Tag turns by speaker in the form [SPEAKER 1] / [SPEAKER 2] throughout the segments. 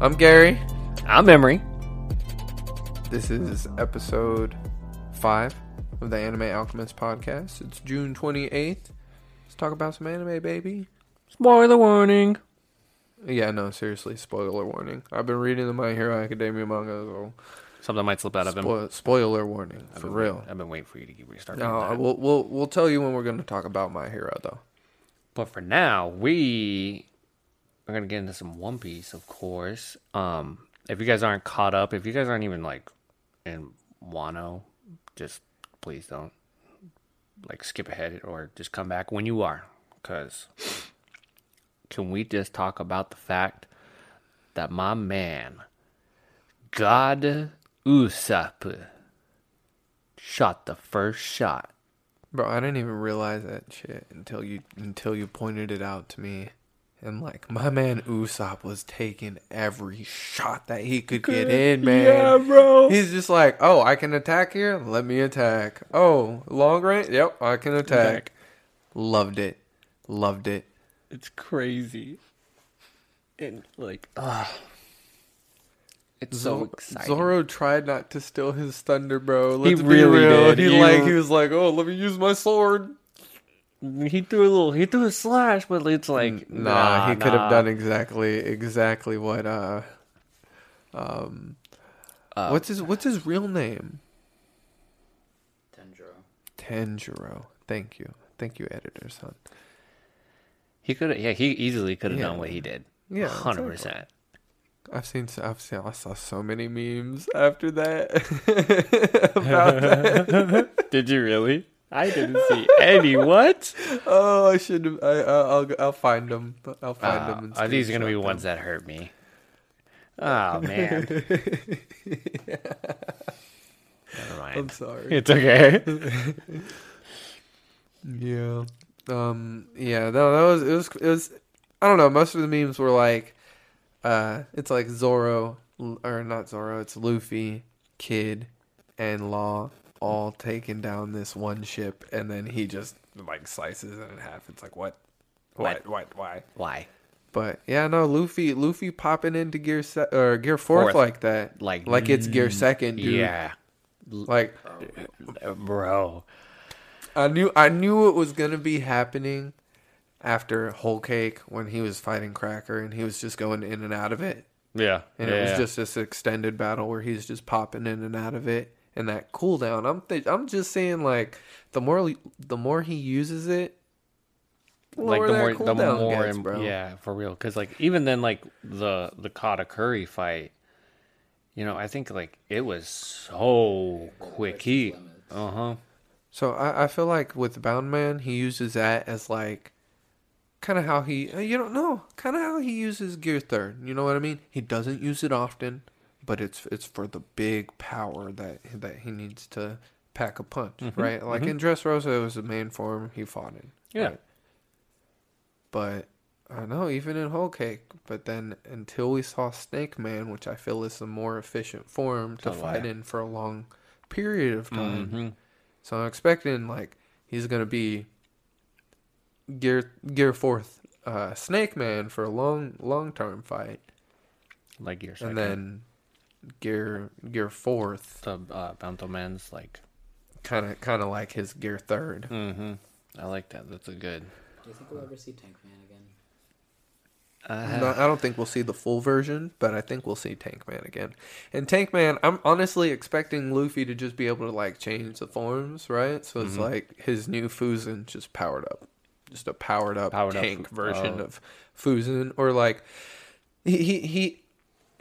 [SPEAKER 1] I'm Gary.
[SPEAKER 2] I'm Emery.
[SPEAKER 1] This is episode five of the Anime Alchemist podcast. It's June 28th. Let's talk about some anime, baby.
[SPEAKER 2] Spoiler warning.
[SPEAKER 1] Yeah, no, seriously, spoiler warning. I've been reading the My Hero Academia manga,
[SPEAKER 2] Something might slip out
[SPEAKER 1] so
[SPEAKER 2] of him.
[SPEAKER 1] spoil- spoiler warning
[SPEAKER 2] I've
[SPEAKER 1] for
[SPEAKER 2] been-
[SPEAKER 1] real.
[SPEAKER 2] I've been waiting for you to keep restarting.
[SPEAKER 1] No,
[SPEAKER 2] that.
[SPEAKER 1] I- we'll we'll we'll tell you when we're going to talk about My Hero though.
[SPEAKER 2] But for now, we are gonna get into some One Piece, of course. Um, if you guys aren't caught up, if you guys aren't even like in Wano, just please don't like skip ahead or just come back when you are, because can we just talk about the fact that my man God Usopp shot the first shot.
[SPEAKER 1] Bro, I didn't even realize that shit until you until you pointed it out to me. And like my man Usopp was taking every shot that he could get in, man.
[SPEAKER 2] bro.
[SPEAKER 1] He's just like, oh, I can attack here. Let me attack. Oh, long range. Yep, I can attack.
[SPEAKER 2] Attack.
[SPEAKER 1] Loved it. Loved it.
[SPEAKER 2] It's crazy. And like, ah, it's so
[SPEAKER 1] Zoro-
[SPEAKER 2] exciting.
[SPEAKER 1] Zoro tried not to steal his thunder, bro. Let's
[SPEAKER 2] really
[SPEAKER 1] be real.
[SPEAKER 2] did.
[SPEAKER 1] He
[SPEAKER 2] You-
[SPEAKER 1] like he was like, oh, let me use my sword.
[SPEAKER 2] He threw a little. He threw a slash, but it's like,
[SPEAKER 1] Nah, he could have done exactly exactly what uh um
[SPEAKER 2] Uh,
[SPEAKER 1] what's his what's his real name?
[SPEAKER 3] Tendro.
[SPEAKER 1] Tanjiro. Thank you. Thank you, editor son.
[SPEAKER 2] He could have. Yeah, he easily could have done
[SPEAKER 1] Yeah.
[SPEAKER 2] what he did.
[SPEAKER 1] Yeah,
[SPEAKER 2] hundred percent.
[SPEAKER 1] I've seen so- I've seen I saw so many memes after that about that.
[SPEAKER 2] Did you really? I didn't see any. What?
[SPEAKER 1] Oh, I should have I I- I'll I'll find them. I'll find
[SPEAKER 2] Uh,
[SPEAKER 1] them. and
[SPEAKER 2] are these gonna
[SPEAKER 1] screenshot
[SPEAKER 2] be
[SPEAKER 1] them.
[SPEAKER 2] ones that hurt me? Oh man. Never
[SPEAKER 1] I'm
[SPEAKER 2] mind.
[SPEAKER 1] sorry.
[SPEAKER 2] It's okay.
[SPEAKER 1] Yeah. Um. Yeah. No. That was. It was. It was. I don't know. Most of the memes were like, uh, it's like Zoro or not Zoro. It's Luffy, Kid, and Law all taking down this one ship, and then he just like slices it in half. It's like what, what,
[SPEAKER 2] What?
[SPEAKER 1] what, why?
[SPEAKER 2] Why?
[SPEAKER 1] But yeah, no. Luffy, Luffy popping into gear se- or gear fourth,
[SPEAKER 2] Fourth.
[SPEAKER 1] like that,
[SPEAKER 2] Like, mm,
[SPEAKER 1] like it's gear second, dude.
[SPEAKER 2] Yeah,
[SPEAKER 1] Like
[SPEAKER 2] bro.
[SPEAKER 1] I knew I knew it was gonna be happening after Whole Cake when he was fighting Cracker and he was just going in and out of it.
[SPEAKER 2] Yeah.
[SPEAKER 1] And it was just this extended battle where he's just popping in and out of it and that cooldown. I'm th- I'm just saying like the more the more he uses it,
[SPEAKER 2] like
[SPEAKER 1] lower
[SPEAKER 2] the more
[SPEAKER 1] that
[SPEAKER 2] the
[SPEAKER 1] cooldown
[SPEAKER 2] more
[SPEAKER 1] gets,
[SPEAKER 2] im-
[SPEAKER 1] bro.
[SPEAKER 2] yeah for real because like even then like the the Kata Curry fight you know I think like it was so quick he uh huh
[SPEAKER 1] So I, I feel like with Bound Man, he uses that as like kind of how he uh, you don't know kind of how he uses Gear Third. You know what I mean? He doesn't use it often, but it's it's for the big power that that he needs to pack a punch, right? Like in Dressrosa, it was the main form he fought in.
[SPEAKER 2] yeah
[SPEAKER 1] right? But I don't know even in Whole Cake. But then until we saw Snake Man, which I feel is the more efficient form to
[SPEAKER 2] Totally.
[SPEAKER 1] fight in for a long period of time.
[SPEAKER 2] Mhm.
[SPEAKER 1] So I'm expecting like he's gonna be gear gear fourth uh, Snake Man for a long long term fight,
[SPEAKER 2] like your
[SPEAKER 1] and
[SPEAKER 2] second
[SPEAKER 1] then gear gear fourth
[SPEAKER 2] the uh, Bounto Man's like
[SPEAKER 1] kind of kind of like his gear third.
[SPEAKER 2] mm-hmm. I like that that's a good
[SPEAKER 3] Do you think we'll ever see Tank Man again?
[SPEAKER 2] uh,
[SPEAKER 1] No, I don't think we'll see the full version, but I think we'll see Tank Man again. And Tank Man, I'm honestly expecting Luffy to just be able to like change the forms, right? So
[SPEAKER 2] Mm-hmm.
[SPEAKER 1] it's like his new Fusion just powered up, just a powered up
[SPEAKER 2] Powered up
[SPEAKER 1] tank
[SPEAKER 2] Fu-
[SPEAKER 1] version
[SPEAKER 2] oh.
[SPEAKER 1] of Fusion, or like he he he,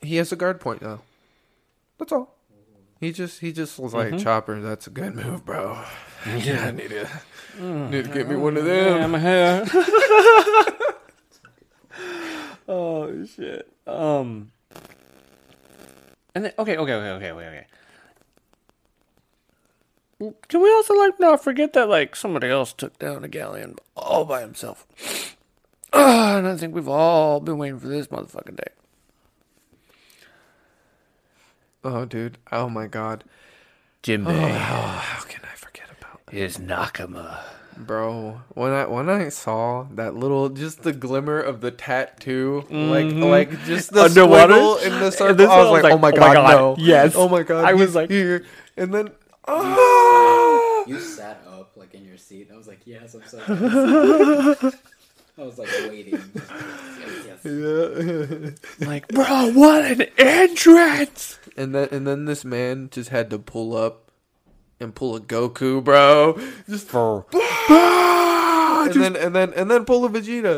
[SPEAKER 1] he has a guard point now. That's all. He just he just was
[SPEAKER 2] Mm-hmm.
[SPEAKER 1] like Chopper. That's a good move, bro. Yeah, I need to need to get me one of them.
[SPEAKER 2] Yeah, my hair. oh shit. Um. And then, okay, okay, okay, okay, okay, okay. Can we also like not forget that like somebody else took down a galleon all by himself? Ah, and I think we've all been waiting for this motherfucking day.
[SPEAKER 1] Oh, dude. Oh my God.
[SPEAKER 2] Jimbe.
[SPEAKER 1] Oh, how can I forget about
[SPEAKER 2] is Nakama.
[SPEAKER 1] Bro, when I when I saw that little, just the glimmer of the tattoo, like like just the
[SPEAKER 2] Underwater?
[SPEAKER 1] swirl in the
[SPEAKER 2] And
[SPEAKER 1] circle,
[SPEAKER 2] this
[SPEAKER 1] I was
[SPEAKER 2] one, I
[SPEAKER 1] like,
[SPEAKER 2] was like,
[SPEAKER 1] oh my god, no,
[SPEAKER 2] yes.
[SPEAKER 1] oh my god,
[SPEAKER 2] I was
[SPEAKER 1] he's
[SPEAKER 2] like-
[SPEAKER 1] here, and then ah!
[SPEAKER 3] You sat up like in your seat. I was like, yes, I'm so. excited." I was like waiting. Just, yes, yes.
[SPEAKER 1] yeah.
[SPEAKER 2] like, bro, what an entrance!
[SPEAKER 1] and then and then this man just had to pull up and pull a Goku, bro, just
[SPEAKER 2] For
[SPEAKER 1] and then and then and then pull a Vegeta.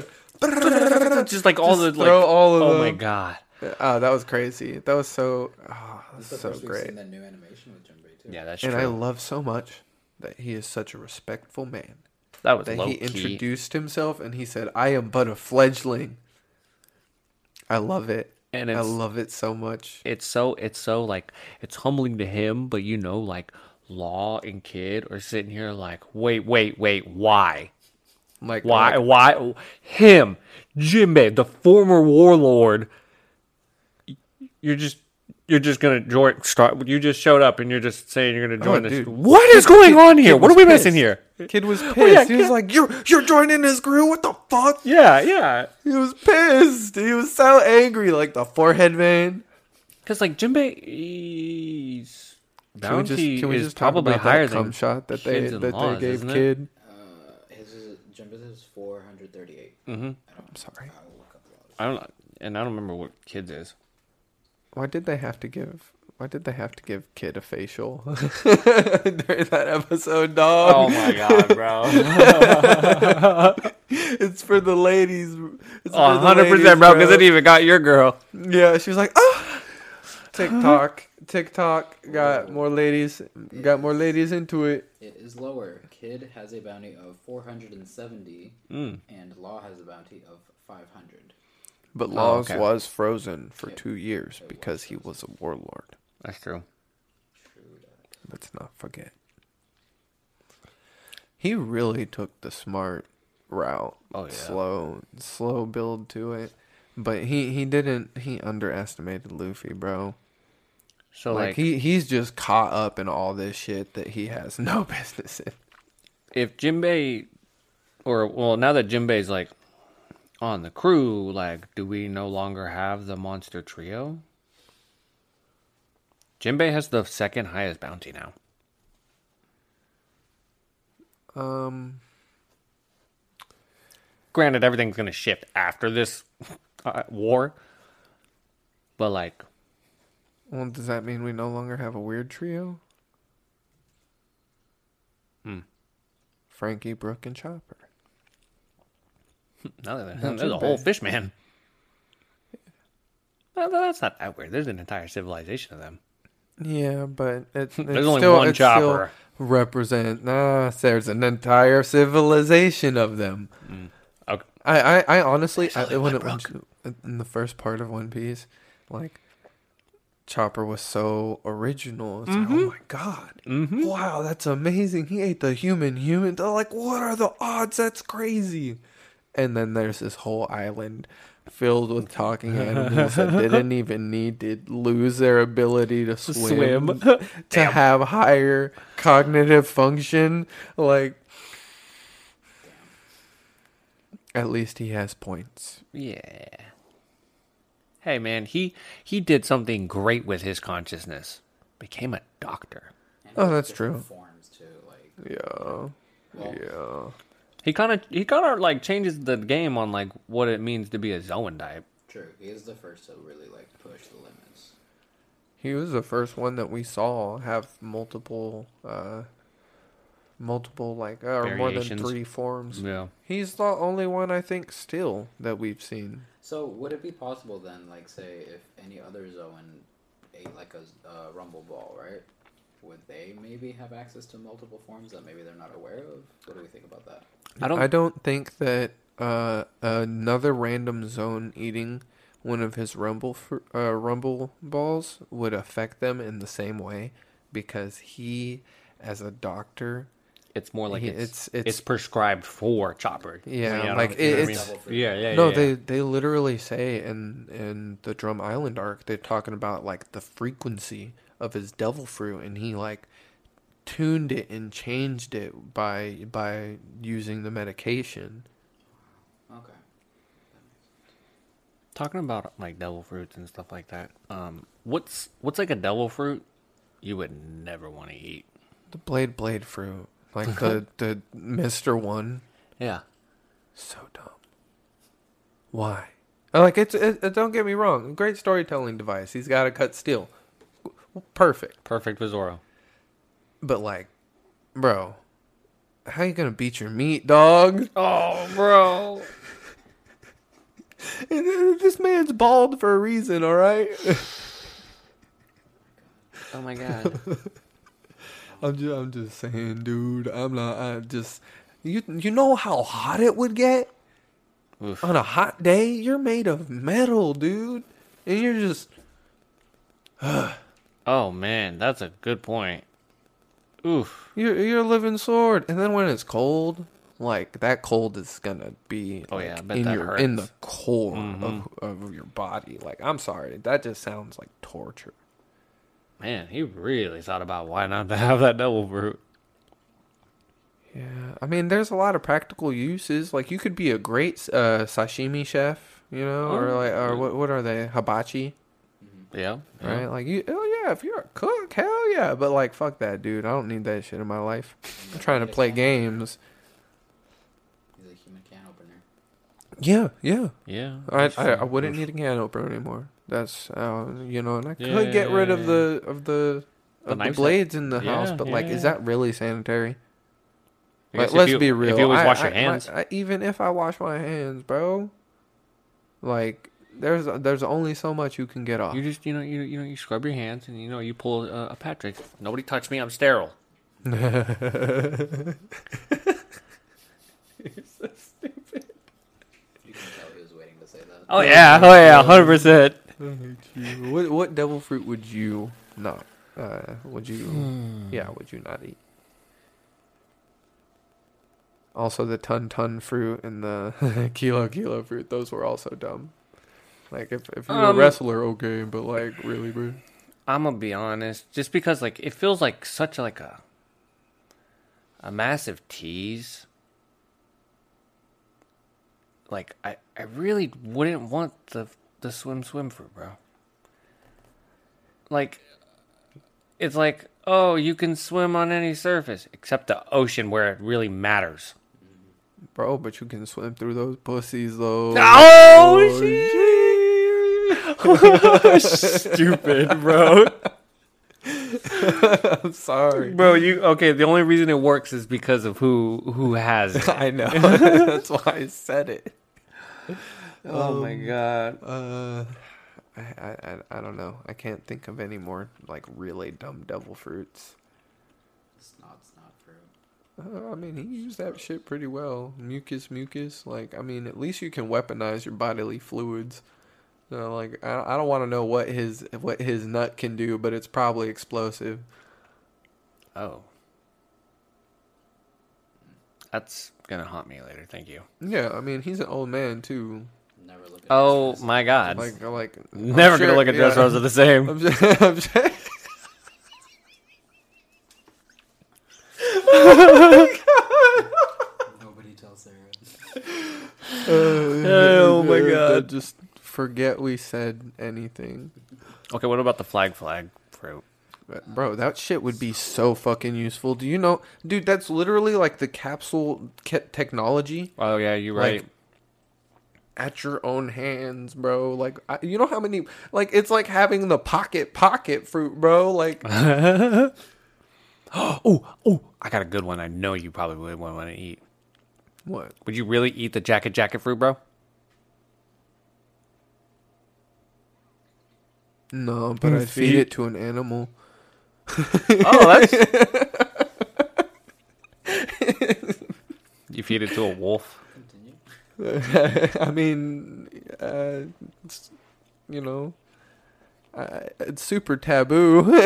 [SPEAKER 2] just like all
[SPEAKER 1] Just
[SPEAKER 2] the like,
[SPEAKER 1] throw all of
[SPEAKER 2] oh my
[SPEAKER 1] them.
[SPEAKER 2] god,
[SPEAKER 1] Oh, that was crazy. That was so oh,
[SPEAKER 3] This is the
[SPEAKER 1] so
[SPEAKER 3] first we've
[SPEAKER 1] great.
[SPEAKER 3] seen that new animation with Jinbei too.
[SPEAKER 2] yeah, that's
[SPEAKER 1] and
[SPEAKER 2] true.
[SPEAKER 1] I love so much that he is such a respectful man.
[SPEAKER 2] that was
[SPEAKER 1] That
[SPEAKER 2] low
[SPEAKER 1] he
[SPEAKER 2] key.
[SPEAKER 1] introduced himself and he said, "I am but a fledgling." I love it.
[SPEAKER 2] and
[SPEAKER 1] I
[SPEAKER 2] it's
[SPEAKER 1] love it so much.
[SPEAKER 2] it's so it's so like it's humbling to him, but you know, like Law and Kid are sitting here like, wait, wait, wait, why?
[SPEAKER 1] Like
[SPEAKER 2] Why?
[SPEAKER 1] like,
[SPEAKER 2] why him? Jinbei, the former warlord. You're just you're just gonna join. Start. You just showed up, and you're just saying you're gonna join
[SPEAKER 1] Oh,
[SPEAKER 2] this.
[SPEAKER 1] dude.
[SPEAKER 2] What is going on here? What are
[SPEAKER 1] was
[SPEAKER 2] we missing
[SPEAKER 1] pissed.
[SPEAKER 2] here?
[SPEAKER 1] kid was pissed.
[SPEAKER 2] yeah,
[SPEAKER 1] he was
[SPEAKER 2] kid-
[SPEAKER 1] like, "You're you're joining his crew? What the fuck?"
[SPEAKER 2] Yeah, yeah.
[SPEAKER 1] He was pissed. He was so angry, like the forehead man.
[SPEAKER 2] Because like Jinbei, he's
[SPEAKER 1] Can we just
[SPEAKER 2] bounty
[SPEAKER 1] can we
[SPEAKER 2] is
[SPEAKER 1] just talk
[SPEAKER 2] probably
[SPEAKER 1] about
[SPEAKER 2] higher
[SPEAKER 1] that cum
[SPEAKER 2] than
[SPEAKER 1] shot that they
[SPEAKER 2] kids and
[SPEAKER 1] that
[SPEAKER 2] laws,
[SPEAKER 1] they gave
[SPEAKER 2] isn't it?
[SPEAKER 1] kid?
[SPEAKER 3] Uh, his is Jinbei's is 438. I don't. I'm
[SPEAKER 1] Mm-hmm. sorry.
[SPEAKER 3] I will look up laws.
[SPEAKER 2] I don't and I don't remember what kids is.
[SPEAKER 1] Why did they have to give? Why did they have to give kid a facial during that episode, dog?
[SPEAKER 2] Oh my god, bro!
[SPEAKER 1] It's for the ladies. It's for the
[SPEAKER 2] hundred
[SPEAKER 1] ladies,
[SPEAKER 2] percent, bro. Because it even got your girl.
[SPEAKER 1] yeah, she was like, oh. TikTok, TikTok got more ladies, got more ladies into it.
[SPEAKER 3] It is lower. Kid has a bounty of 470,
[SPEAKER 1] Mm.
[SPEAKER 3] and Law has a bounty of 500.
[SPEAKER 1] But
[SPEAKER 2] Laws
[SPEAKER 1] Laws
[SPEAKER 2] okay.
[SPEAKER 1] was frozen for
[SPEAKER 3] Yeah.
[SPEAKER 1] two years because he was a warlord.
[SPEAKER 2] That's true.
[SPEAKER 3] True that.
[SPEAKER 1] Let's not forget. He really took the smart route.
[SPEAKER 2] Oh, yeah.
[SPEAKER 1] Slow, slow build to it. But he he didn't he underestimated Luffy, bro.
[SPEAKER 2] So
[SPEAKER 1] like,
[SPEAKER 2] like,
[SPEAKER 1] he he's just caught up in all this shit that he has no business in.
[SPEAKER 2] if Jinbei, or well, now that Jinbei's like on the crew, like, do we no longer have the monster trio? Jinbei has the second highest bounty now.
[SPEAKER 1] Um,
[SPEAKER 2] granted everything's going to shift after this uh, war but like
[SPEAKER 1] well, does that mean we no longer have a weird trio?
[SPEAKER 2] Hmm.
[SPEAKER 1] Frankie, Brooke, and Chopper.
[SPEAKER 2] now that
[SPEAKER 1] Not
[SPEAKER 2] there's a
[SPEAKER 1] too
[SPEAKER 2] whole
[SPEAKER 1] bad.
[SPEAKER 2] fish man Well, that's not that weird there's an entire civilization of them
[SPEAKER 1] Yeah, but it, it's
[SPEAKER 2] There's only
[SPEAKER 1] still,
[SPEAKER 2] one
[SPEAKER 1] it still
[SPEAKER 2] chopper.
[SPEAKER 1] represent. Nah, there's an entire civilization of them.
[SPEAKER 2] okay.
[SPEAKER 1] I, I, I honestly,
[SPEAKER 2] There's
[SPEAKER 1] I,
[SPEAKER 2] only
[SPEAKER 1] when it,
[SPEAKER 2] one
[SPEAKER 1] in the first part of One Piece, like Chopper was so original. It's like, oh my god, wow, that's amazing. He ate the human human. They're like, what are the odds? That's crazy. And then there's this whole island filled with talking animals that didn't even need to lose their ability to swim,
[SPEAKER 2] swim.
[SPEAKER 1] to have higher cognitive function. Like, at least he has points.
[SPEAKER 2] yeah hey man he he did something great with his consciousness became a doctor
[SPEAKER 3] And
[SPEAKER 1] Oh,
[SPEAKER 3] there's
[SPEAKER 1] that's
[SPEAKER 3] different
[SPEAKER 1] true.
[SPEAKER 3] Forms too, like
[SPEAKER 1] Yeah. Yeah.
[SPEAKER 3] well,
[SPEAKER 2] he kind of he kind of like changes the game on like what it means to be a zoandite
[SPEAKER 3] true. He is the first to really like push the limits.
[SPEAKER 1] He was the first one that we saw have multiple, uh, multiple like uh, or more than
[SPEAKER 2] Variations.
[SPEAKER 1] three forms.
[SPEAKER 2] yeah
[SPEAKER 1] He's the only one I think still that we've seen.
[SPEAKER 3] So would it be possible then, like say, if any other Zoan ate like a uh, Rumble Ball, right? Would they maybe have access to multiple forms that maybe they're not aware of? What do we think about that?
[SPEAKER 2] i don't
[SPEAKER 1] I don't think that uh, another random zone eating one of his rumble fr- uh, rumble balls would affect them in the same way because he, as a doctor,
[SPEAKER 2] it's more like
[SPEAKER 1] Yeah,
[SPEAKER 2] it's, it's
[SPEAKER 1] it's-
[SPEAKER 2] it's
[SPEAKER 1] it's-
[SPEAKER 2] prescribed for chopper.
[SPEAKER 1] Yeah,
[SPEAKER 2] I don't
[SPEAKER 1] like,
[SPEAKER 2] know if you know
[SPEAKER 1] it-
[SPEAKER 2] what I
[SPEAKER 1] it's-
[SPEAKER 2] mean. yeah, yeah,
[SPEAKER 1] no,
[SPEAKER 2] yeah,
[SPEAKER 1] they
[SPEAKER 2] yeah.
[SPEAKER 1] they literally say in in the Drum Island arc they're talking about like the frequency of his devil fruit, and he like tuned it and changed it by by using the medication.
[SPEAKER 3] Okay.
[SPEAKER 2] Talking about like devil fruits and stuff like that. Um, what's what's like a devil fruit you would never want to eat?
[SPEAKER 1] The blade blade fruit, like the the Mister One,
[SPEAKER 2] Yeah,
[SPEAKER 1] so dumb. Why? Uh, Like it's it, it- don't get me wrong, great storytelling device. He's got to cut steel, perfect.
[SPEAKER 2] perfect for Zorro.
[SPEAKER 1] But like, bro, how you gonna beat your meat, dog?
[SPEAKER 2] Oh, bro.
[SPEAKER 1] uh, this man's bald for a reason, all right.
[SPEAKER 2] Oh my god.
[SPEAKER 1] I'm just, I'm just saying, dude. I'm not. I just, you, you know how hot it would get
[SPEAKER 2] Oof.
[SPEAKER 1] on a hot day. You're made of metal, dude, and you're just.
[SPEAKER 2] Oh man, that's a good point. Oof.
[SPEAKER 1] You're, you're a living sword, and then when it's cold, like that cold is gonna be
[SPEAKER 2] Oh,
[SPEAKER 1] like,
[SPEAKER 2] yeah, I bet
[SPEAKER 1] in
[SPEAKER 2] that
[SPEAKER 1] your in the
[SPEAKER 2] hurts. Mm-hmm.
[SPEAKER 1] core of, of your body. Like I'm sorry, that just sounds like torture.
[SPEAKER 2] Man, he really thought about why not to have that devil fruit.
[SPEAKER 1] Yeah, I mean, there's a lot of practical uses. Like you could be a great uh, sashimi chef, you know, or
[SPEAKER 2] Oh,
[SPEAKER 1] like or what what are they hibachi,
[SPEAKER 2] Yeah. yeah.
[SPEAKER 1] right? Like you, oh yeah, if you're a cook, hell yeah. But like, fuck that, dude. I don't need that shit in my life. I'm trying to play games.
[SPEAKER 3] He's a human can opener.
[SPEAKER 1] Yeah, yeah.
[SPEAKER 2] Yeah.
[SPEAKER 1] I,
[SPEAKER 2] that's
[SPEAKER 1] I, I
[SPEAKER 2] true.
[SPEAKER 1] wouldn't
[SPEAKER 2] Oof.
[SPEAKER 1] need a can opener anymore. That's uh, you know, and I
[SPEAKER 2] Yeah,
[SPEAKER 1] could get
[SPEAKER 2] yeah,
[SPEAKER 1] rid
[SPEAKER 2] yeah,
[SPEAKER 1] of the of the
[SPEAKER 2] The
[SPEAKER 1] of the,
[SPEAKER 2] knife set.
[SPEAKER 1] blades in the house,
[SPEAKER 2] Yeah,
[SPEAKER 1] but like, is
[SPEAKER 2] yeah.
[SPEAKER 1] that really sanitary?
[SPEAKER 2] I
[SPEAKER 1] Like,
[SPEAKER 2] guess if
[SPEAKER 1] let's
[SPEAKER 2] you-
[SPEAKER 1] be real.
[SPEAKER 2] If you always
[SPEAKER 1] I-
[SPEAKER 2] wash
[SPEAKER 1] I-
[SPEAKER 2] your
[SPEAKER 1] my-
[SPEAKER 2] hands,
[SPEAKER 1] I- even if I wash my hands, bro, like there's there's only so much you can get off.
[SPEAKER 2] you just you know you you know you scrub your hands and you know you pull uh, a Patrick. Nobody touched me. I'm sterile.
[SPEAKER 3] You can tell he was waiting to say that.
[SPEAKER 2] Oh yeah. Oh yeah. Hundred percent.
[SPEAKER 1] what what devil fruit would you not? Uh, would you?
[SPEAKER 2] Hmm.
[SPEAKER 1] Yeah, would you not eat? Also, the ton ton fruit and the kilo kilo fruit; those were also dumb. Like if if you were a
[SPEAKER 2] Um,
[SPEAKER 1] wrestler, okay, but like really, bro.
[SPEAKER 2] I'm gonna be honest, just because like it feels like such like a a massive tease. Like I, I really wouldn't want the the swim swim fruit, bro. Like it's like, oh, you can swim on any surface except the ocean where it really matters.
[SPEAKER 1] Bro, but you can swim through those pussies though.
[SPEAKER 2] Oh, shit. Stupid, bro.
[SPEAKER 1] I'm sorry.
[SPEAKER 2] Bro, you okay? The only reason it works is because of who who has. It.
[SPEAKER 1] I know. That's why I said it. Um,
[SPEAKER 2] oh my god!
[SPEAKER 1] Uh, I, I I I don't know. I can't think of any more like really dumb devil fruits.
[SPEAKER 3] It's not, it's not fruit.
[SPEAKER 1] Uh, I mean, he used that shit pretty well. Mucus, mucus. Like, I mean, at least you can weaponize your bodily fluids. You know, like, I, I don't want to know what his what his nut can do, but it's probably explosive.
[SPEAKER 2] Oh, that's gonna haunt me later. Thank you.
[SPEAKER 1] Yeah, I mean, he's an old man too.
[SPEAKER 3] Never look at
[SPEAKER 2] Oh
[SPEAKER 3] this.
[SPEAKER 2] my god!
[SPEAKER 1] Like, like I'm
[SPEAKER 2] Never
[SPEAKER 1] sure-
[SPEAKER 2] gonna look at
[SPEAKER 1] yeah,
[SPEAKER 2] dress Rosa the same.
[SPEAKER 1] I'm just, I'm just,
[SPEAKER 3] Nobody tells Sarah.
[SPEAKER 2] Oh my God.
[SPEAKER 1] Just forget we said anything.
[SPEAKER 2] okay, what about the flag flag fruit?
[SPEAKER 1] But, Bro, that shit would be so fucking useful. Do you know, dude? That's literally like the capsule ca- technology
[SPEAKER 2] Oh yeah, you're
[SPEAKER 1] Like-
[SPEAKER 2] right.
[SPEAKER 1] at your own hands, bro. Like, I, you know how many? Like, it's like having the pocket pocket fruit, bro. Like,
[SPEAKER 2] oh oh, I got a good one. I know you probably would want to eat.
[SPEAKER 1] what?
[SPEAKER 2] Would you really eat the jacket jacket fruit, bro?
[SPEAKER 1] No, but I'd feed
[SPEAKER 2] feed-
[SPEAKER 1] it to an animal.
[SPEAKER 2] Oh, that's. you feed it to a wolf.
[SPEAKER 3] Continue.
[SPEAKER 1] I mean, uh, it's, you know, I, it's super taboo doing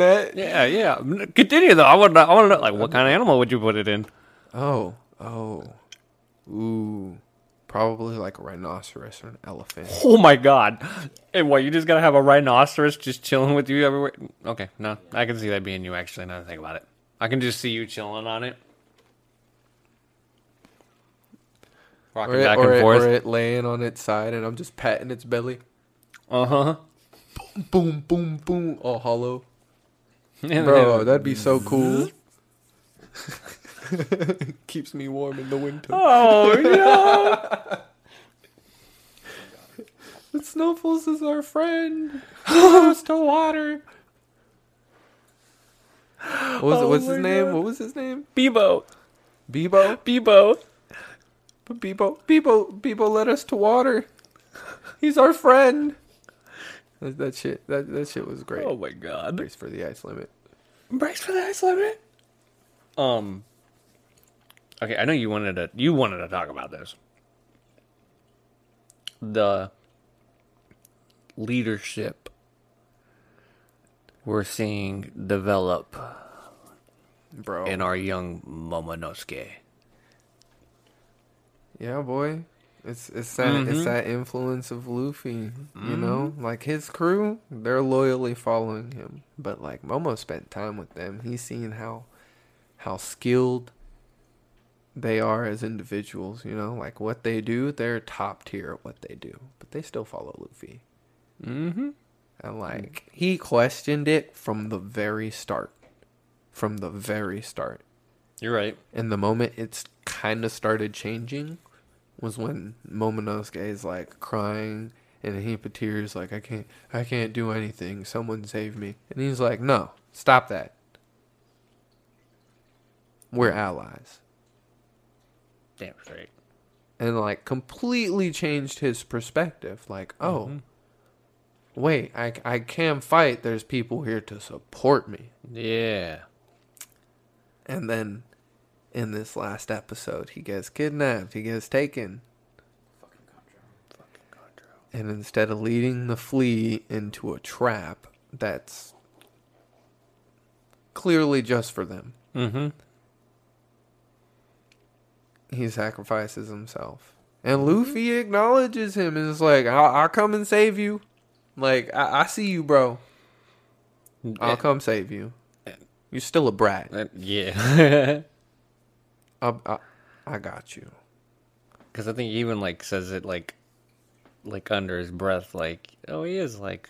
[SPEAKER 1] that.
[SPEAKER 2] Yeah, yeah. N- Continue though. I want to. I want to know like what kind of animal would you put it in?
[SPEAKER 1] Oh, oh, ooh. Probably like a rhinoceros or an elephant.
[SPEAKER 2] Oh my god. And what, you just gotta have a rhinoceros just chilling with you everywhere? Okay, no. I can see that being you actually, now that I think about it. I can just see you chilling on it. Rocking
[SPEAKER 1] Or it,
[SPEAKER 2] back
[SPEAKER 1] or,
[SPEAKER 2] and
[SPEAKER 1] it,
[SPEAKER 2] forth.
[SPEAKER 1] or it laying on its side and I'm just patting its belly.
[SPEAKER 2] Uh huh.
[SPEAKER 1] Boom, boom, boom. All hollow. Bro, that'd be so cool. Keeps me warm in the winter.
[SPEAKER 2] Oh no!
[SPEAKER 1] But Snowfalls is our friend. Close to water. What was it-
[SPEAKER 2] Oh
[SPEAKER 1] what's his
[SPEAKER 2] my
[SPEAKER 1] name?
[SPEAKER 2] God.
[SPEAKER 1] What was his name?
[SPEAKER 2] Bebo,
[SPEAKER 1] Bebo?
[SPEAKER 2] Bebo.
[SPEAKER 1] But Bebo, Bebo, Bebo led us to water. He's our friend. That, that shit, that, that shit was great.
[SPEAKER 2] Oh my god.
[SPEAKER 1] Brace for the ice limit.
[SPEAKER 2] Brace for the ice limit. Um. Okay, I know you wanted to you wanted to talk about this. The leadership we're seeing develop
[SPEAKER 1] Bro.
[SPEAKER 2] in our young Momonosuke.
[SPEAKER 1] Yeah, boy. It's it's that it's that influence of Luffy, you know? Like his crew, they're loyally following him. But like Momo spent time with them. He's seen how how skilled they are as individuals, you know? Like what they do, they're top tier at what they do. But they still follow Luffy.
[SPEAKER 2] Mm-hmm.
[SPEAKER 1] And like he questioned it from the very start. From the very start.
[SPEAKER 2] You're right.
[SPEAKER 1] And the moment it's kind of started changing was when Momonosuke is like crying and a heap of tears, like I can't, I can't do anything. Someone save me. And he's like, No, stop that. We're allies,
[SPEAKER 2] Damn straight.
[SPEAKER 1] and like completely changed his perspective. Like, oh,
[SPEAKER 2] Mhm.
[SPEAKER 1] wait, I I can fight. There's people here to support me.
[SPEAKER 2] Yeah.
[SPEAKER 1] And then in this last episode, he gets kidnapped. He gets taken.
[SPEAKER 3] Fucking Contra.
[SPEAKER 1] and instead of leading the flea into a trap that's clearly just for them,
[SPEAKER 2] Mm-hmm.
[SPEAKER 1] he sacrifices himself. And Luffy acknowledges him and is like, I'll, I'll come and save you. Like, I, I see you, bro. I'll come save you. You're still a brat.
[SPEAKER 2] yeah.
[SPEAKER 1] I, I, I got you.
[SPEAKER 2] Because I think he even like says it like, like under his breath, like, "Oh, he is like,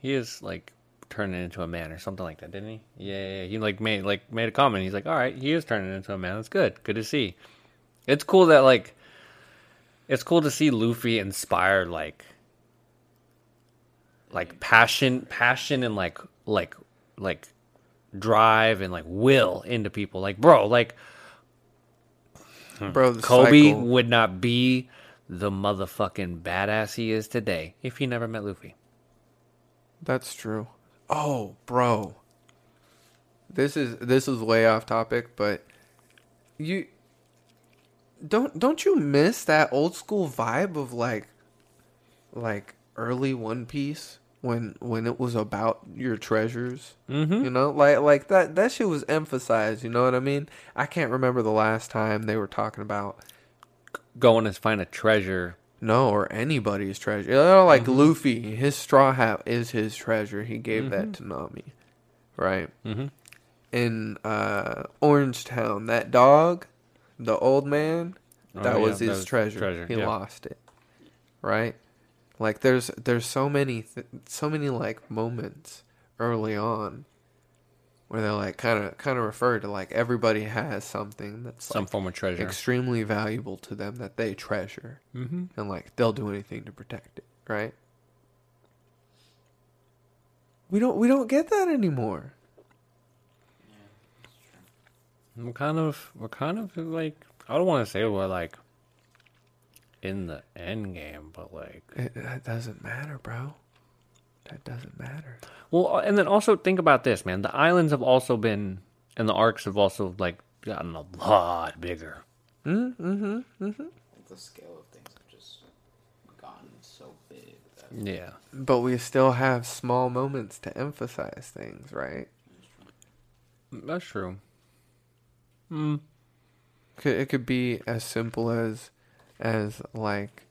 [SPEAKER 2] he is like turning into a man or something like that," didn't he? Yeah, yeah, yeah. He like made like made a comment. He's like, "All right, he is turning into a man. That's good. Good to see." It's cool that like, it's cool to see Luffy inspire like, like passion, passion, and like like like drive and like will into people. Like, bro, like
[SPEAKER 1] Bro, the
[SPEAKER 2] Kobe
[SPEAKER 1] cycle-
[SPEAKER 2] would not be the motherfucking badass he is today if he never met Luffy.
[SPEAKER 1] That's true. Oh, bro. This is this is way off topic, but you don't don't you miss that old school vibe of like like early One Piece when when it was about your treasures?
[SPEAKER 2] Mm-hmm.
[SPEAKER 1] You know, like like that that shit was emphasized, you know what I mean? I can't remember the last time they were talking about
[SPEAKER 2] Going and find a treasure.
[SPEAKER 1] no, or anybody's treasure. You know, like
[SPEAKER 2] Mm-hmm.
[SPEAKER 1] Luffy, his straw hat is his treasure. He gave that
[SPEAKER 2] Mm-hmm.
[SPEAKER 1] to Nami, right?
[SPEAKER 2] Mhm.
[SPEAKER 1] In uh, Orangetown, that dog, the old man,
[SPEAKER 2] Oh,
[SPEAKER 1] that
[SPEAKER 2] yeah,
[SPEAKER 1] was
[SPEAKER 2] that
[SPEAKER 1] his
[SPEAKER 2] was
[SPEAKER 1] treasure.
[SPEAKER 2] treasure,
[SPEAKER 1] He
[SPEAKER 2] yeah.
[SPEAKER 1] lost it, right? Like there's there's so many th- so many like moments early on where they're like kind of kind of refer to like everybody has something that's
[SPEAKER 2] Some
[SPEAKER 1] like
[SPEAKER 2] form of treasure.
[SPEAKER 1] extremely valuable to them that they treasure
[SPEAKER 2] mm-hmm.
[SPEAKER 1] and like they'll do anything to protect it, right? We don't we don't get that anymore.
[SPEAKER 2] We're Mm-hmm. kind of, we're kind of like, I don't want to say we're like in the end game, but like,
[SPEAKER 1] It, that doesn't matter, bro. That doesn't matter.
[SPEAKER 2] well, uh, and then also think about this, man. The islands have also been, and the arcs have also like gotten a lot bigger.
[SPEAKER 1] Mm-hmm.
[SPEAKER 3] The scale of things have just gone so big that
[SPEAKER 2] Yeah.
[SPEAKER 1] But we still have small moments to emphasize things, right?
[SPEAKER 2] That's true.
[SPEAKER 1] Could- It could be as simple as as like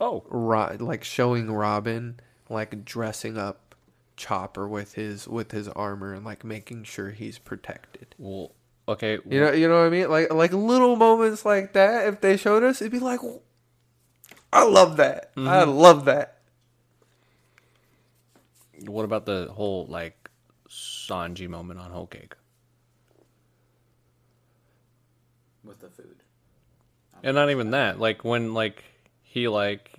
[SPEAKER 2] Oh,
[SPEAKER 1] Ro- like showing Robin like dressing up Chopper with his with his armor and like making sure he's protected.
[SPEAKER 2] well, okay.
[SPEAKER 1] You know, you know what I mean? Like like little moments like that. If they showed us, it'd be like, I love that.
[SPEAKER 2] Mm-hmm.
[SPEAKER 1] I love that.
[SPEAKER 2] What about the whole like Sanji moment on Whole Cake?
[SPEAKER 3] with the food.
[SPEAKER 2] And not even that. Like when like he like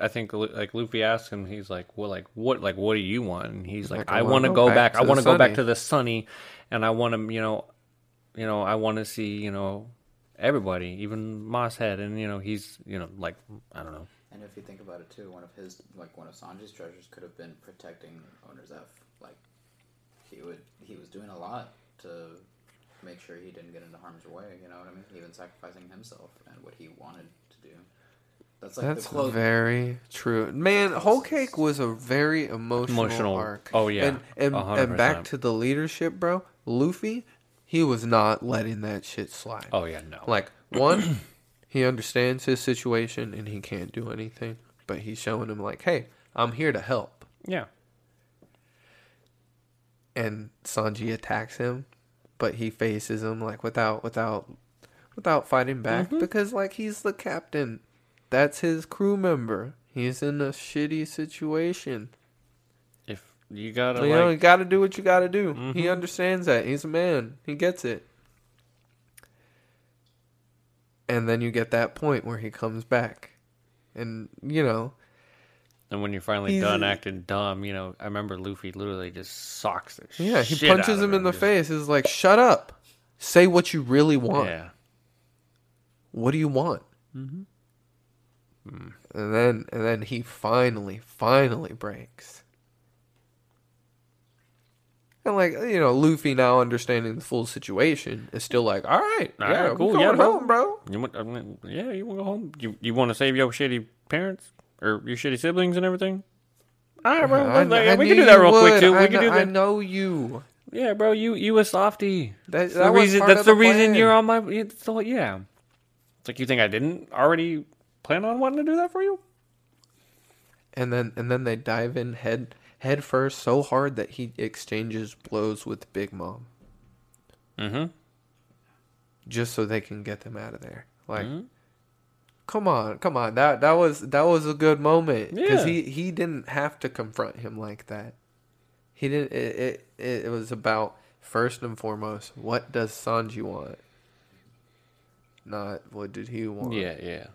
[SPEAKER 2] I think Lu- like Luffy asks him, he's like, "Well, like what? Like what do you want?" And he's like,
[SPEAKER 1] Like,
[SPEAKER 2] "I want to go back. I
[SPEAKER 1] to
[SPEAKER 2] want to
[SPEAKER 1] the
[SPEAKER 2] go back
[SPEAKER 1] sunny."
[SPEAKER 2] to the sunny, and I want to, you know, you know, I want to see, you know, everybody, even Moss Head, and you know, he's, you know, like I don't know,
[SPEAKER 3] And if you think about it too, one of his like one of Sanji's treasures could have been protecting Owner's F. Like he would he was doing a lot to make sure he didn't get into harm's way, you know what I mean? Even sacrificing himself and what he wanted to do. That's like
[SPEAKER 1] That's
[SPEAKER 3] the close
[SPEAKER 1] very true. Man, Whole Cake was a very emotional,
[SPEAKER 2] Emotional.
[SPEAKER 1] arc.
[SPEAKER 2] Oh, yeah.
[SPEAKER 1] And and,
[SPEAKER 2] A hundred
[SPEAKER 1] and back
[SPEAKER 2] percent.
[SPEAKER 1] to the leadership, bro. Luffy, he was not letting that shit slide.
[SPEAKER 2] oh yeah, no,
[SPEAKER 1] Like one, he understands his situation and he can't do anything, but he's showing him like, "Hey, I'm here to help."
[SPEAKER 2] yeah,
[SPEAKER 1] And Sanji attacks him, but he faces him like without without without fighting back
[SPEAKER 2] Mm-hmm.
[SPEAKER 1] because like he's the captain. That's his crew member. He's in a shitty situation.
[SPEAKER 2] if you gotta
[SPEAKER 1] you know, you
[SPEAKER 2] like, Mm-hmm.
[SPEAKER 1] got to do what you got to do. He understands that. He's a man. He gets it. And then you get that point where he comes back. And, you know,
[SPEAKER 2] and when you're finally
[SPEAKER 1] he's-
[SPEAKER 2] done acting dumb, you know, I remember Luffy literally just socks the
[SPEAKER 1] yeah, he
[SPEAKER 2] shit out
[SPEAKER 1] punches
[SPEAKER 2] of
[SPEAKER 1] him in the
[SPEAKER 2] just-
[SPEAKER 1] face. He's like, shut up. Say what you really want.
[SPEAKER 2] Yeah,
[SPEAKER 1] What do you want? Mm-hmm. And then, and then he finally, finally breaks. And like you know, Luffy now understanding the full situation is still like, all right,
[SPEAKER 2] All
[SPEAKER 1] yeah,
[SPEAKER 2] right,
[SPEAKER 1] cool,
[SPEAKER 2] cool,
[SPEAKER 1] going
[SPEAKER 2] yeah, bro."
[SPEAKER 1] home, bro.
[SPEAKER 2] You want? I mean, yeah, you want to go home? You you want to save your shitty parents or your shitty siblings and everything? All right, bro.
[SPEAKER 1] I-
[SPEAKER 2] like,
[SPEAKER 1] I
[SPEAKER 2] we
[SPEAKER 1] knew
[SPEAKER 2] can do that
[SPEAKER 1] you
[SPEAKER 2] real quick
[SPEAKER 1] would.
[SPEAKER 2] too. We
[SPEAKER 1] I
[SPEAKER 2] can
[SPEAKER 1] kn-
[SPEAKER 2] do
[SPEAKER 1] I
[SPEAKER 2] that.
[SPEAKER 1] know you.
[SPEAKER 2] Yeah, bro. You you a softy.
[SPEAKER 1] That-
[SPEAKER 2] That's
[SPEAKER 1] that
[SPEAKER 2] the
[SPEAKER 1] was
[SPEAKER 2] reason.
[SPEAKER 1] part
[SPEAKER 2] That's
[SPEAKER 1] of
[SPEAKER 2] the,
[SPEAKER 1] the
[SPEAKER 2] reason
[SPEAKER 1] plan.
[SPEAKER 2] you're on my. It's the, yeah. It's like you think I didn't already plan on wanting to do that for you.
[SPEAKER 1] And then and then they dive in head head first so hard that he exchanges blows with Big Mom
[SPEAKER 2] Mm-hmm.
[SPEAKER 1] just so they can get them out of there. Like,
[SPEAKER 2] Mm-hmm.
[SPEAKER 1] come on, come on. That that was that was a good moment because
[SPEAKER 2] Yeah.
[SPEAKER 1] he he didn't have to confront him like that. He didn't. It, it it was about first and foremost what does Sanji want, not what did he want.
[SPEAKER 2] Yeah, yeah.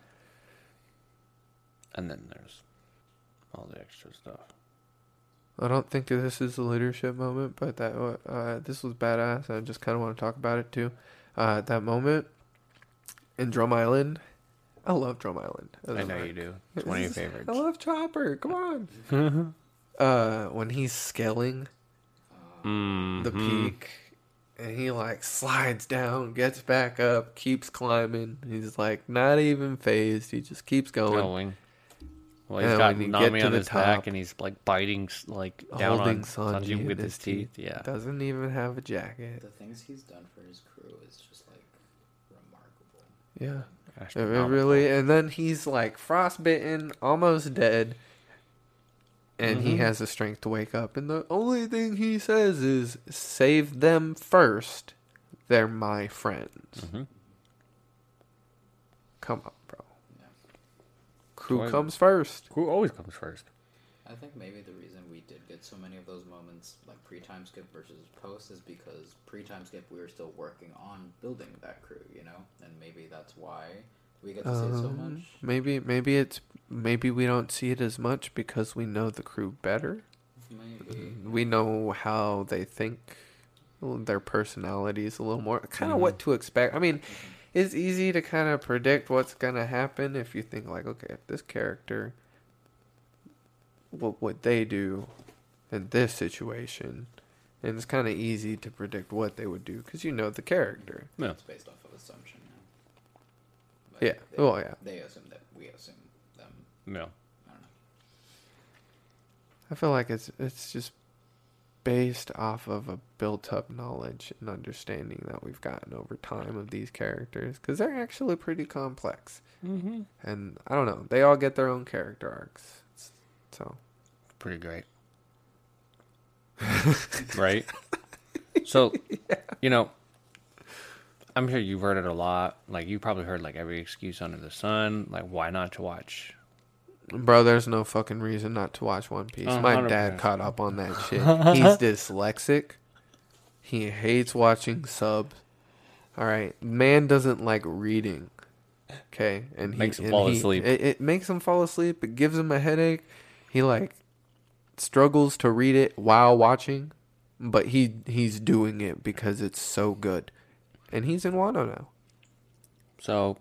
[SPEAKER 2] And then there's all the extra stuff.
[SPEAKER 1] I don't think this is a leadership moment, but that wa- uh, this was badass. I just kind of want to talk about it too. Uh, that moment in Drum Island, I love Drum Island.
[SPEAKER 2] I know you do. It's one of your favorites. Mm-hmm.
[SPEAKER 1] I love Chopper. Come on. uh, when he's scaling
[SPEAKER 2] Mm,
[SPEAKER 1] the peak, and he like slides down, gets back up, keeps climbing. He's like not even phased. He just keeps going.
[SPEAKER 2] going. Well, he's
[SPEAKER 1] Yeah,
[SPEAKER 2] got
[SPEAKER 1] when you get
[SPEAKER 2] Nami
[SPEAKER 1] to
[SPEAKER 2] on
[SPEAKER 1] the
[SPEAKER 2] his back,
[SPEAKER 1] top.
[SPEAKER 2] and he's like biting, s- like down
[SPEAKER 1] holding
[SPEAKER 2] on
[SPEAKER 1] Sanji,
[SPEAKER 2] Sanji with his teeth. Yeah,
[SPEAKER 1] Doesn't even have a jacket.
[SPEAKER 3] the things he's done for his crew is just like remarkable.
[SPEAKER 1] Yeah.
[SPEAKER 2] Gosh,
[SPEAKER 1] It- It
[SPEAKER 2] phenomenal.
[SPEAKER 1] Uh, really, and then he's like frostbitten, almost dead, and he has the strength to wake up. And the only thing he says is, "Save them first. They're my friends."
[SPEAKER 2] Mhm.
[SPEAKER 1] Come on, bro.
[SPEAKER 3] Yeah.
[SPEAKER 1] Crew
[SPEAKER 2] Totally.
[SPEAKER 1] comes first.
[SPEAKER 2] Who always comes first?
[SPEAKER 3] I think maybe the reason we did get so many of those moments, like pre time skip versus post, is because pre time skip we were still working on building that crew, you know, and maybe that's why we get to see it so
[SPEAKER 1] Um,
[SPEAKER 3] much.
[SPEAKER 1] Maybe, maybe it's maybe we don't see it as much because we know the crew better.
[SPEAKER 3] Maybe
[SPEAKER 1] we know how they think their personalities a little more kind of what to expect i mean it's easy to kind of predict what's going to happen if you think like okay if this character what would they do in this situation and it's kind of easy to predict what they would do because you know the character
[SPEAKER 2] No.
[SPEAKER 3] it's based off of assumption now. But
[SPEAKER 1] yeah
[SPEAKER 3] they,
[SPEAKER 1] oh yeah
[SPEAKER 3] they assume that we assume them.
[SPEAKER 2] No.
[SPEAKER 3] I don't know.
[SPEAKER 1] i feel like it's it's just based off of a built-up knowledge and understanding that we've gotten over time of these characters because they're actually pretty complex.
[SPEAKER 2] Mm-hmm.
[SPEAKER 1] And I don't know, they all get their own character arcs. It's- So
[SPEAKER 2] Pretty great. right? So, you know, I'm sure you've heard it a lot. Like, you probably heard, like, every excuse under the sun. Like, why not to watch?
[SPEAKER 1] Bro, there's no fucking reason not to watch One Piece.
[SPEAKER 2] Uh,
[SPEAKER 1] My
[SPEAKER 2] 100%.
[SPEAKER 1] dad caught up on that shit. He's dyslexic. He hates watching subs. All right, man doesn't like reading. Okay, and he
[SPEAKER 2] Makes him
[SPEAKER 1] and
[SPEAKER 2] fall
[SPEAKER 1] he-
[SPEAKER 2] asleep.
[SPEAKER 1] It, it makes him fall asleep. It gives him a headache. He like struggles to read it while watching, but he he's doing it because it's so good, and he's in Wano now.
[SPEAKER 2] So,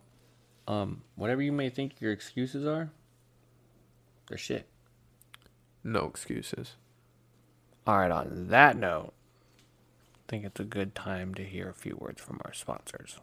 [SPEAKER 2] um, whatever you may think your excuses are, they're shit.
[SPEAKER 1] No excuses.
[SPEAKER 2] All right, on that note, I think it's a good time to hear a few words from our sponsors.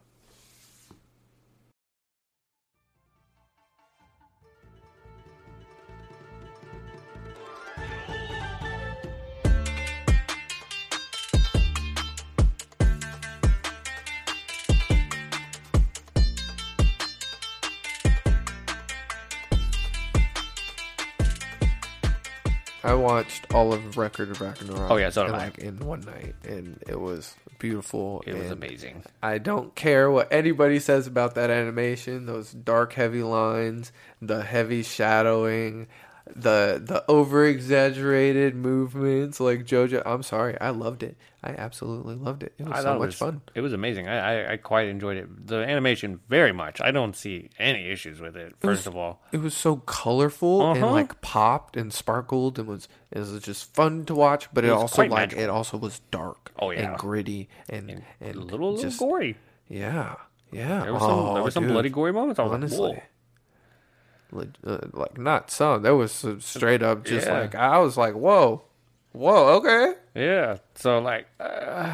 [SPEAKER 1] I watched all of Record of Ragnarok.
[SPEAKER 2] Oh, yeah, so did
[SPEAKER 1] in,
[SPEAKER 2] I.
[SPEAKER 1] like in one night, and it was beautiful.
[SPEAKER 2] It
[SPEAKER 1] and
[SPEAKER 2] was amazing.
[SPEAKER 1] I don't care what anybody says about that animation. Those dark, heavy lines, the heavy shadowing, the the over exaggerated movements, like JoJo. I'm sorry, I loved it. I absolutely loved it. It was
[SPEAKER 2] I thought
[SPEAKER 1] so
[SPEAKER 2] it
[SPEAKER 1] much
[SPEAKER 2] was
[SPEAKER 1] fun.
[SPEAKER 2] It was amazing. I, I, I quite enjoyed it. The animation very much. I don't see any issues with it. First of all,
[SPEAKER 1] It was so colorful
[SPEAKER 2] Uh-huh.
[SPEAKER 1] and like popped and sparkled and was it was just fun to watch, but it,
[SPEAKER 2] was
[SPEAKER 1] also
[SPEAKER 2] quite
[SPEAKER 1] like
[SPEAKER 2] magical.
[SPEAKER 1] it also was dark
[SPEAKER 2] Oh, yeah.
[SPEAKER 1] and gritty and and,
[SPEAKER 2] a little, little
[SPEAKER 1] just
[SPEAKER 2] gory.
[SPEAKER 1] yeah yeah.
[SPEAKER 2] There was some, there
[SPEAKER 1] Oh,
[SPEAKER 2] was some
[SPEAKER 1] dude.
[SPEAKER 2] bloody gory moments. I was like,
[SPEAKER 1] honestly.
[SPEAKER 2] whoa.
[SPEAKER 1] Leg- uh, Like not some. That was some straight up just
[SPEAKER 2] Yeah.
[SPEAKER 1] like I was like, whoa, whoa, okay.
[SPEAKER 2] Yeah. So like, uh,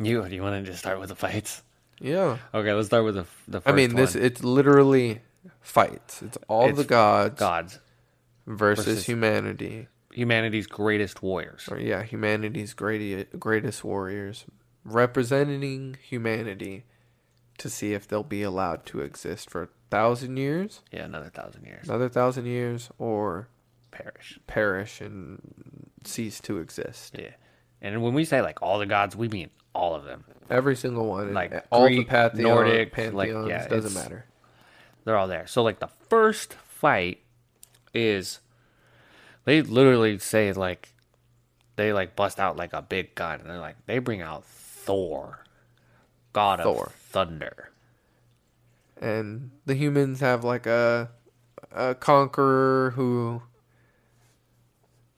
[SPEAKER 2] you do you want to just start with the fights?
[SPEAKER 1] Yeah.
[SPEAKER 2] Okay, let's start with the f- the first
[SPEAKER 1] I mean, this
[SPEAKER 2] one.
[SPEAKER 1] it's literally fights. It's all
[SPEAKER 2] It's
[SPEAKER 1] the gods
[SPEAKER 2] gods,
[SPEAKER 1] versus,
[SPEAKER 2] versus-
[SPEAKER 1] humanity.
[SPEAKER 2] humanity's greatest warriors.
[SPEAKER 1] Or yeah, humanity's great, greatest warriors representing humanity to see if they'll be allowed to exist for a thousand years,
[SPEAKER 2] Yeah, another thousand years.
[SPEAKER 1] another thousand years, or
[SPEAKER 2] Perish.
[SPEAKER 1] perish and cease to exist.
[SPEAKER 2] Yeah. And when we say like all the gods, we mean all of them.
[SPEAKER 1] Every single one, and
[SPEAKER 2] Like
[SPEAKER 1] all
[SPEAKER 2] Greek,
[SPEAKER 1] the pantheon,
[SPEAKER 2] Nordic,
[SPEAKER 1] pantheons,
[SPEAKER 2] like, yeah,
[SPEAKER 1] doesn't
[SPEAKER 2] it's-
[SPEAKER 1] matter.
[SPEAKER 2] They're all there. So like the first fight is they literally say like they like bust out like a big gun and they're like they bring out Thor. God
[SPEAKER 1] Thor.
[SPEAKER 2] of thunder.
[SPEAKER 1] And the humans have like a a conqueror who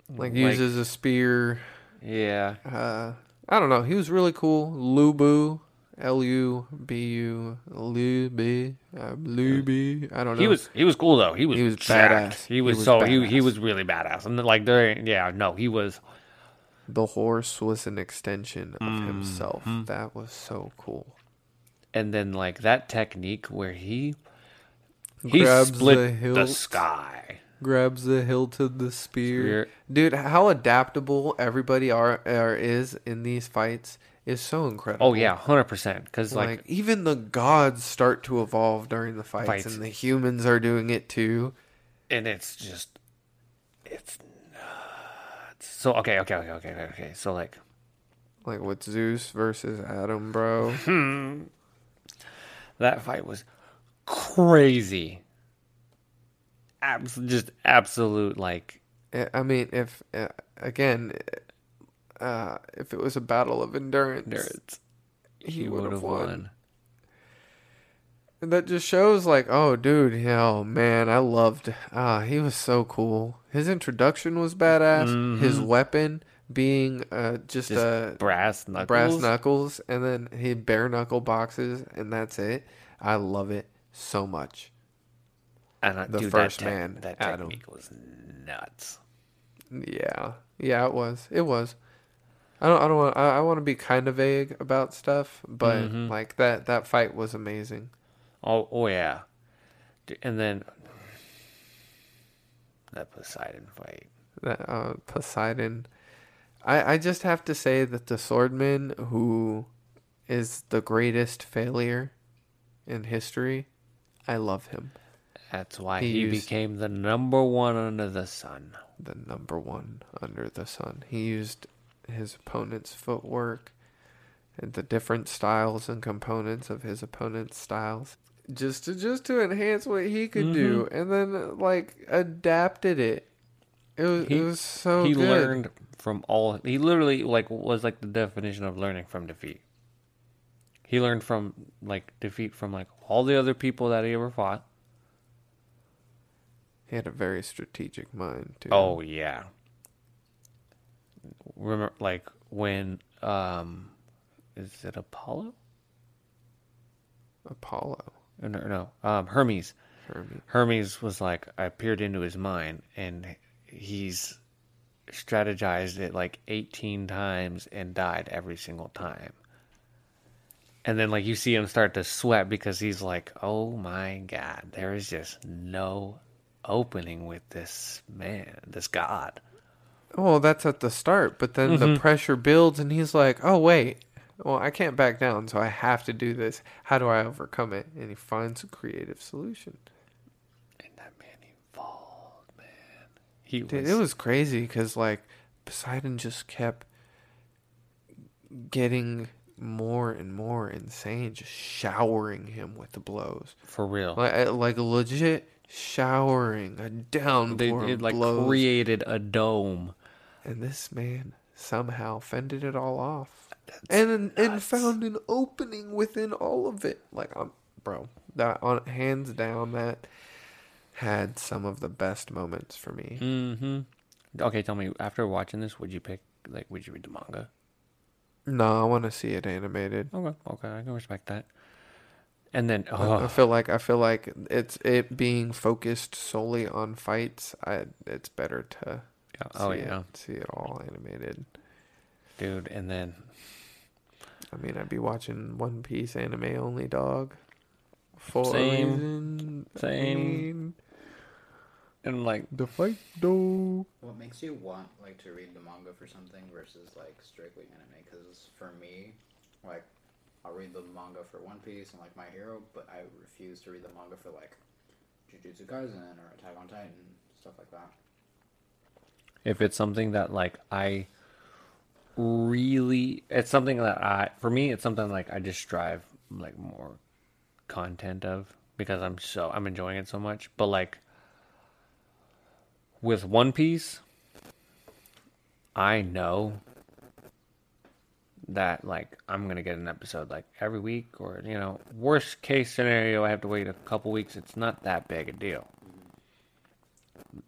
[SPEAKER 1] like
[SPEAKER 2] Like-
[SPEAKER 1] uses a spear.
[SPEAKER 2] Yeah.
[SPEAKER 1] Uh, I don't know. He was really cool. Lubu, L U B U, Lubu, uh, Lubu. I don't know.
[SPEAKER 2] He was he was cool though. He was
[SPEAKER 1] He was
[SPEAKER 2] jacked.
[SPEAKER 1] badass.
[SPEAKER 2] He was,
[SPEAKER 1] He was
[SPEAKER 2] so he he
[SPEAKER 1] badass.
[SPEAKER 2] was really badass. And like there yeah, no, he was
[SPEAKER 1] the horse was an extension of himself.
[SPEAKER 2] Mm-hmm.
[SPEAKER 1] That was so cool.
[SPEAKER 2] and then like that technique where he he
[SPEAKER 1] Grabs
[SPEAKER 2] split
[SPEAKER 1] the
[SPEAKER 2] the,
[SPEAKER 1] hilt.
[SPEAKER 2] sky.
[SPEAKER 1] grabs the hilt of the spear.
[SPEAKER 2] Spear.
[SPEAKER 1] Dude, how adaptable everybody are, are is in these fights is so incredible.
[SPEAKER 2] Oh yeah, hundred percent. Because
[SPEAKER 1] Like,
[SPEAKER 2] Oh, like
[SPEAKER 1] even the gods start to evolve during the fights,
[SPEAKER 2] Fights.
[SPEAKER 1] and the humans are doing it too.
[SPEAKER 2] and it's just it's nuts. So okay, okay, okay, okay, okay, okay. So like
[SPEAKER 1] Like with Zeus versus Adam, bro.
[SPEAKER 2] that fight was crazy. Abs- just absolute like
[SPEAKER 1] I- I mean, if uh, again, uh, if it was a battle of endurance,
[SPEAKER 2] nerds.
[SPEAKER 1] he,
[SPEAKER 2] He
[SPEAKER 1] would have won.
[SPEAKER 2] won.
[SPEAKER 1] And that just shows, like, oh, dude, hell, man, I loved. Ah, he was so cool. His introduction was badass. His weapon being uh, just,
[SPEAKER 2] Mm-hmm. Just
[SPEAKER 1] a
[SPEAKER 2] brass knuckles.
[SPEAKER 1] brass knuckles, and then he bare knuckle boxes, and that's it. I love it so much.
[SPEAKER 2] And I,
[SPEAKER 1] the
[SPEAKER 2] dude,
[SPEAKER 1] first
[SPEAKER 2] that tech-
[SPEAKER 1] man,
[SPEAKER 2] That
[SPEAKER 1] Adam.
[SPEAKER 2] technique was nuts.
[SPEAKER 1] Yeah, yeah, it was. It was. I don't. I don't want. I, I want to be kind of vague about stuff, but like that. That fight was amazing.
[SPEAKER 2] Oh, oh yeah. D- And then that Poseidon fight.
[SPEAKER 1] That uh, Poseidon. I, I just have to say that the swordman who is the greatest failure in history, I love him.
[SPEAKER 2] That's why
[SPEAKER 1] He
[SPEAKER 2] he,
[SPEAKER 1] used-
[SPEAKER 2] became the number one under the sun.
[SPEAKER 1] The number one under the sun. He used his opponent's footwork and the different styles and components of his opponent's styles just to just to enhance what he could do
[SPEAKER 2] Mm-hmm.
[SPEAKER 1] and then like adapted it. It was
[SPEAKER 2] He-
[SPEAKER 1] it was so Oh,
[SPEAKER 2] he
[SPEAKER 1] good.
[SPEAKER 2] learned from all. He literally like was like the definition of learning from defeat. He learned from like defeat from like all the other people that he ever fought.
[SPEAKER 1] He had a very strategic mind too.
[SPEAKER 2] Oh yeah. Remember, like when um, is it Apollo?
[SPEAKER 1] Apollo.
[SPEAKER 2] Or No, no, um, Hermes.
[SPEAKER 1] Hermes.
[SPEAKER 2] Hermes was like, I peered into his mind, and he's strategized it like 18 times and died every single time. And then, like, you see him start to sweat because he's like, oh my God, there is just no opening with this man, this God.
[SPEAKER 1] Well, that's at the start, but then
[SPEAKER 2] Mm-hmm.
[SPEAKER 1] the pressure builds, and he's like, "Oh wait, well I can't back down, so I have to do this. How do I overcome it?" And he finds a creative solution.
[SPEAKER 2] And that man, he falls, man. He
[SPEAKER 1] Dude,
[SPEAKER 2] was,
[SPEAKER 1] it was crazy because like Poseidon just kept getting more and more insane, just showering him with the blows,
[SPEAKER 2] for real.
[SPEAKER 1] like I- like legit showering a
[SPEAKER 2] they
[SPEAKER 1] downpour
[SPEAKER 2] it,
[SPEAKER 1] of
[SPEAKER 2] like
[SPEAKER 1] blows,
[SPEAKER 2] created a dome.
[SPEAKER 1] and this man somehow fended it all off. and an, and found an opening within all of it. Like I'm, bro, that on hands down that had some of the best moments for me.
[SPEAKER 2] Mm-hmm. Okay, tell me after watching this, would you pick like would you read the manga?
[SPEAKER 1] No, I want to see it animated.
[SPEAKER 2] Okay, okay, I can respect that. And then
[SPEAKER 1] I- I
[SPEAKER 2] oh,
[SPEAKER 1] feel like I feel like it's it being focused solely on fights. I it's better to
[SPEAKER 2] yeah, oh
[SPEAKER 1] see
[SPEAKER 2] yeah,
[SPEAKER 1] it, see it all animated.
[SPEAKER 2] dude. And then
[SPEAKER 1] I mean, I'd be watching One Piece anime only, dog. For a
[SPEAKER 2] Same.
[SPEAKER 1] reason. I
[SPEAKER 2] Same.
[SPEAKER 1] mean,
[SPEAKER 2] and like
[SPEAKER 1] the fight though.
[SPEAKER 3] What makes you want like to read the manga for something versus like strictly anime? Because for me, like I'll read the manga for One Piece and like My Hero, but I refuse to read the manga for like Jujutsu Kaisen or Attack on Titan stuff like that.
[SPEAKER 2] if it's something that like I really, it's something that I for me, it's something like I just strive like more content of because I'm so I'm enjoying it so much. But like with One Piece, I know that like I'm gonna get an episode like every week or you know worst case scenario I have to wait a couple weeks. It's not that big a deal.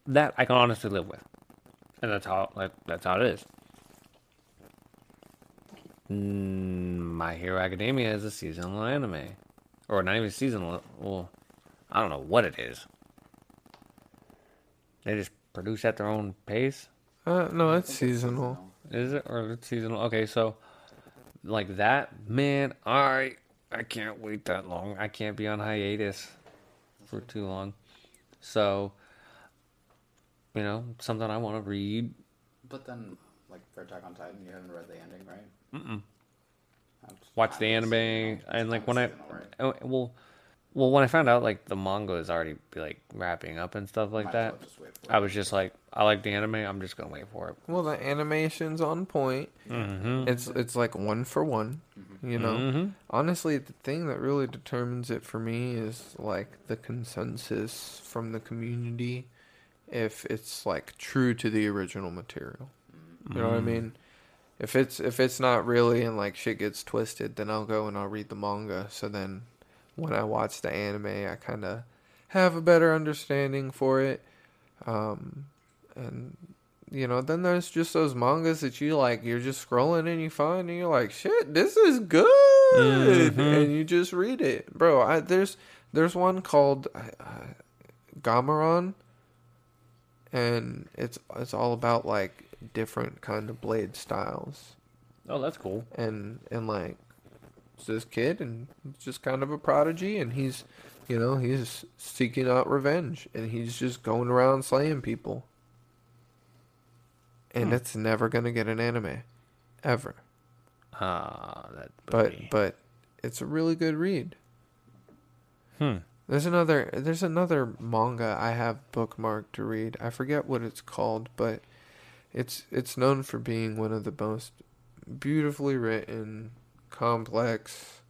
[SPEAKER 2] That I can honestly live with, and that's how like that's how it is. Mm, My Hero Academia is a seasonal anime, or not even seasonal. Well, I don't know what it is. They just produce at their own pace.
[SPEAKER 1] Uh, no, it's seasonal.
[SPEAKER 2] Is it or it's seasonal? Okay, so like that, man. I I can't wait that long. I can't be on hiatus for too long. So you know, something I want to read.
[SPEAKER 3] But then, like for Attack on Titan, you haven't read the ending, right? Mm-mm.
[SPEAKER 2] Watch the anime and like when I oh, well, well when I found out like the manga is already like wrapping up and stuff like
[SPEAKER 3] Might
[SPEAKER 2] that,
[SPEAKER 3] as well just wait for
[SPEAKER 2] I was just like, I like the anime. I'm just gonna wait for it.
[SPEAKER 1] Well, the animation's on point.
[SPEAKER 2] Mm-hmm.
[SPEAKER 1] It's it's like one for one, you know.
[SPEAKER 2] Mhm.
[SPEAKER 1] Honestly, the thing that really determines it for me is like the consensus from the community if it's like true to the original material. You know what I mean? If it's if it's not really and like shit gets twisted, then I'll go and I'll read the manga. So then when I watch the anime, I kind of have a better understanding for it. Um and you know, then there's just those mangas that you like, you're just scrolling and you find and you're like, shit, this is good.
[SPEAKER 2] Mhm.
[SPEAKER 1] And you just read it. Bro, I, there's there's one called uh, Gamoron and it's it's all about like different kind of blade styles
[SPEAKER 2] Oh, that's cool.
[SPEAKER 1] and and like it's this kid and he's just kind of a prodigy and he's you know he's seeking out revenge and he's just going around slaying people and it's never gonna get an anime, ever.
[SPEAKER 2] Ah, that
[SPEAKER 1] But
[SPEAKER 2] movie.
[SPEAKER 1] but it's a really good read.
[SPEAKER 2] Hmm.
[SPEAKER 1] There's another there's another manga I have bookmarked to read. I forget what it's called, but it's it's known for being one of the most beautifully written, complex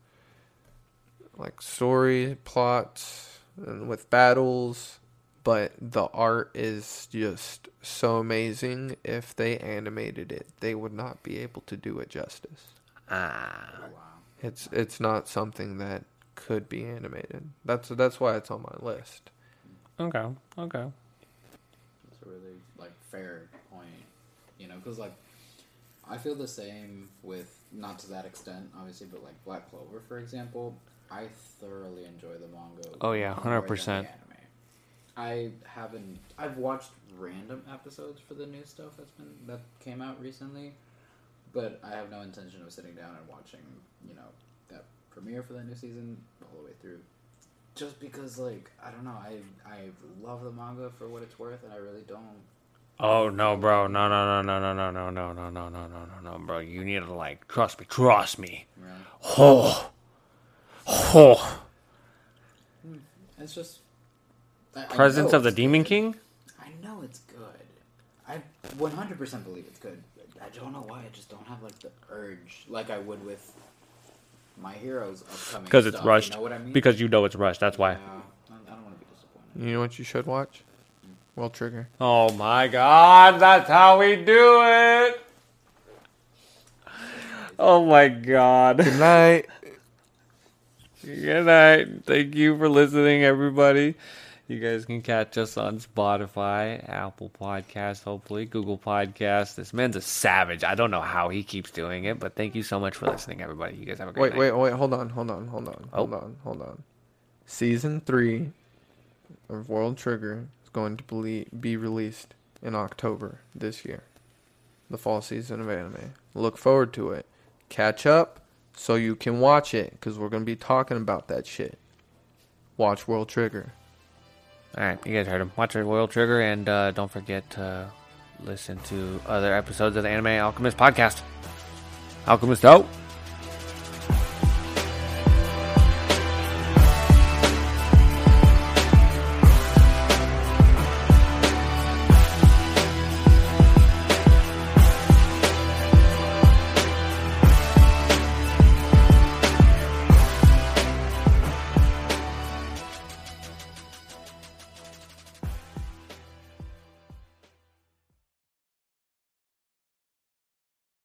[SPEAKER 1] like story plots and with battles, but the art is just so amazing. If they animated it, they would not be able to do it justice.
[SPEAKER 2] ah,
[SPEAKER 3] Wow.
[SPEAKER 1] It's it's not something that could be animated. That's that's why it's on my list.
[SPEAKER 2] okay, okay.
[SPEAKER 3] That's a really like fair point, you know, because like I feel the same with not to that extent, obviously, but like Black Clover, for example, I thoroughly enjoy the manga.
[SPEAKER 2] Oh, yeah,
[SPEAKER 3] more
[SPEAKER 2] 100%.
[SPEAKER 3] than the anime. I haven't. I've watched random episodes for the new stuff that's been that came out recently, but I have no intention of sitting down and watching, you know, that premiere for that new season all the way through just because like I don't know, I I love the manga for what it's worth, and I really don't.
[SPEAKER 2] Oh no, bro! No, no, no, no, no, no, no, no, no, no, no, no, no, no, bro! You need to like trust me, trust me.
[SPEAKER 3] Really,
[SPEAKER 2] Oh, oh!
[SPEAKER 3] it's just I, I
[SPEAKER 2] Presence
[SPEAKER 3] know
[SPEAKER 2] of the
[SPEAKER 3] it's
[SPEAKER 2] Demon
[SPEAKER 3] good.
[SPEAKER 2] King.
[SPEAKER 3] I know it's good. I 100% believe it's good. I don't know why. I just don't have like the urge, like I would with my heroes upcoming.
[SPEAKER 2] Because it's
[SPEAKER 3] stuff,
[SPEAKER 2] rushed.
[SPEAKER 3] You know what I mean?
[SPEAKER 2] Because you know it's rushed. That's why.
[SPEAKER 3] yeah, I, I don't want to be disappointed.
[SPEAKER 1] You know what you should watch? Well, Trigger.
[SPEAKER 2] Oh my God! That's how we do it. Oh my God!
[SPEAKER 1] Good night.
[SPEAKER 2] Good night. Thank you for listening, everybody. You guys can catch us on Spotify, Apple Podcasts, hopefully Google Podcasts. This man's a savage. I don't know how he keeps doing it, but thank you so much for listening, everybody. You guys have a great
[SPEAKER 1] Wait,
[SPEAKER 2] night.
[SPEAKER 1] wait, wait. Hold on, hold on, hold on, hold
[SPEAKER 2] Oh.
[SPEAKER 1] on, hold on. Season three of World Trigger is going to ble- be released in October this year, the fall season of anime. Look forward to it. Catch up so you can watch it because we're gonna be talking about that shit. Watch World Trigger.
[SPEAKER 2] All right, you guys heard him. Watch Royal Trigger, and uh, don't forget to listen to other episodes of the Anime Alchemist podcast. Alchemist out.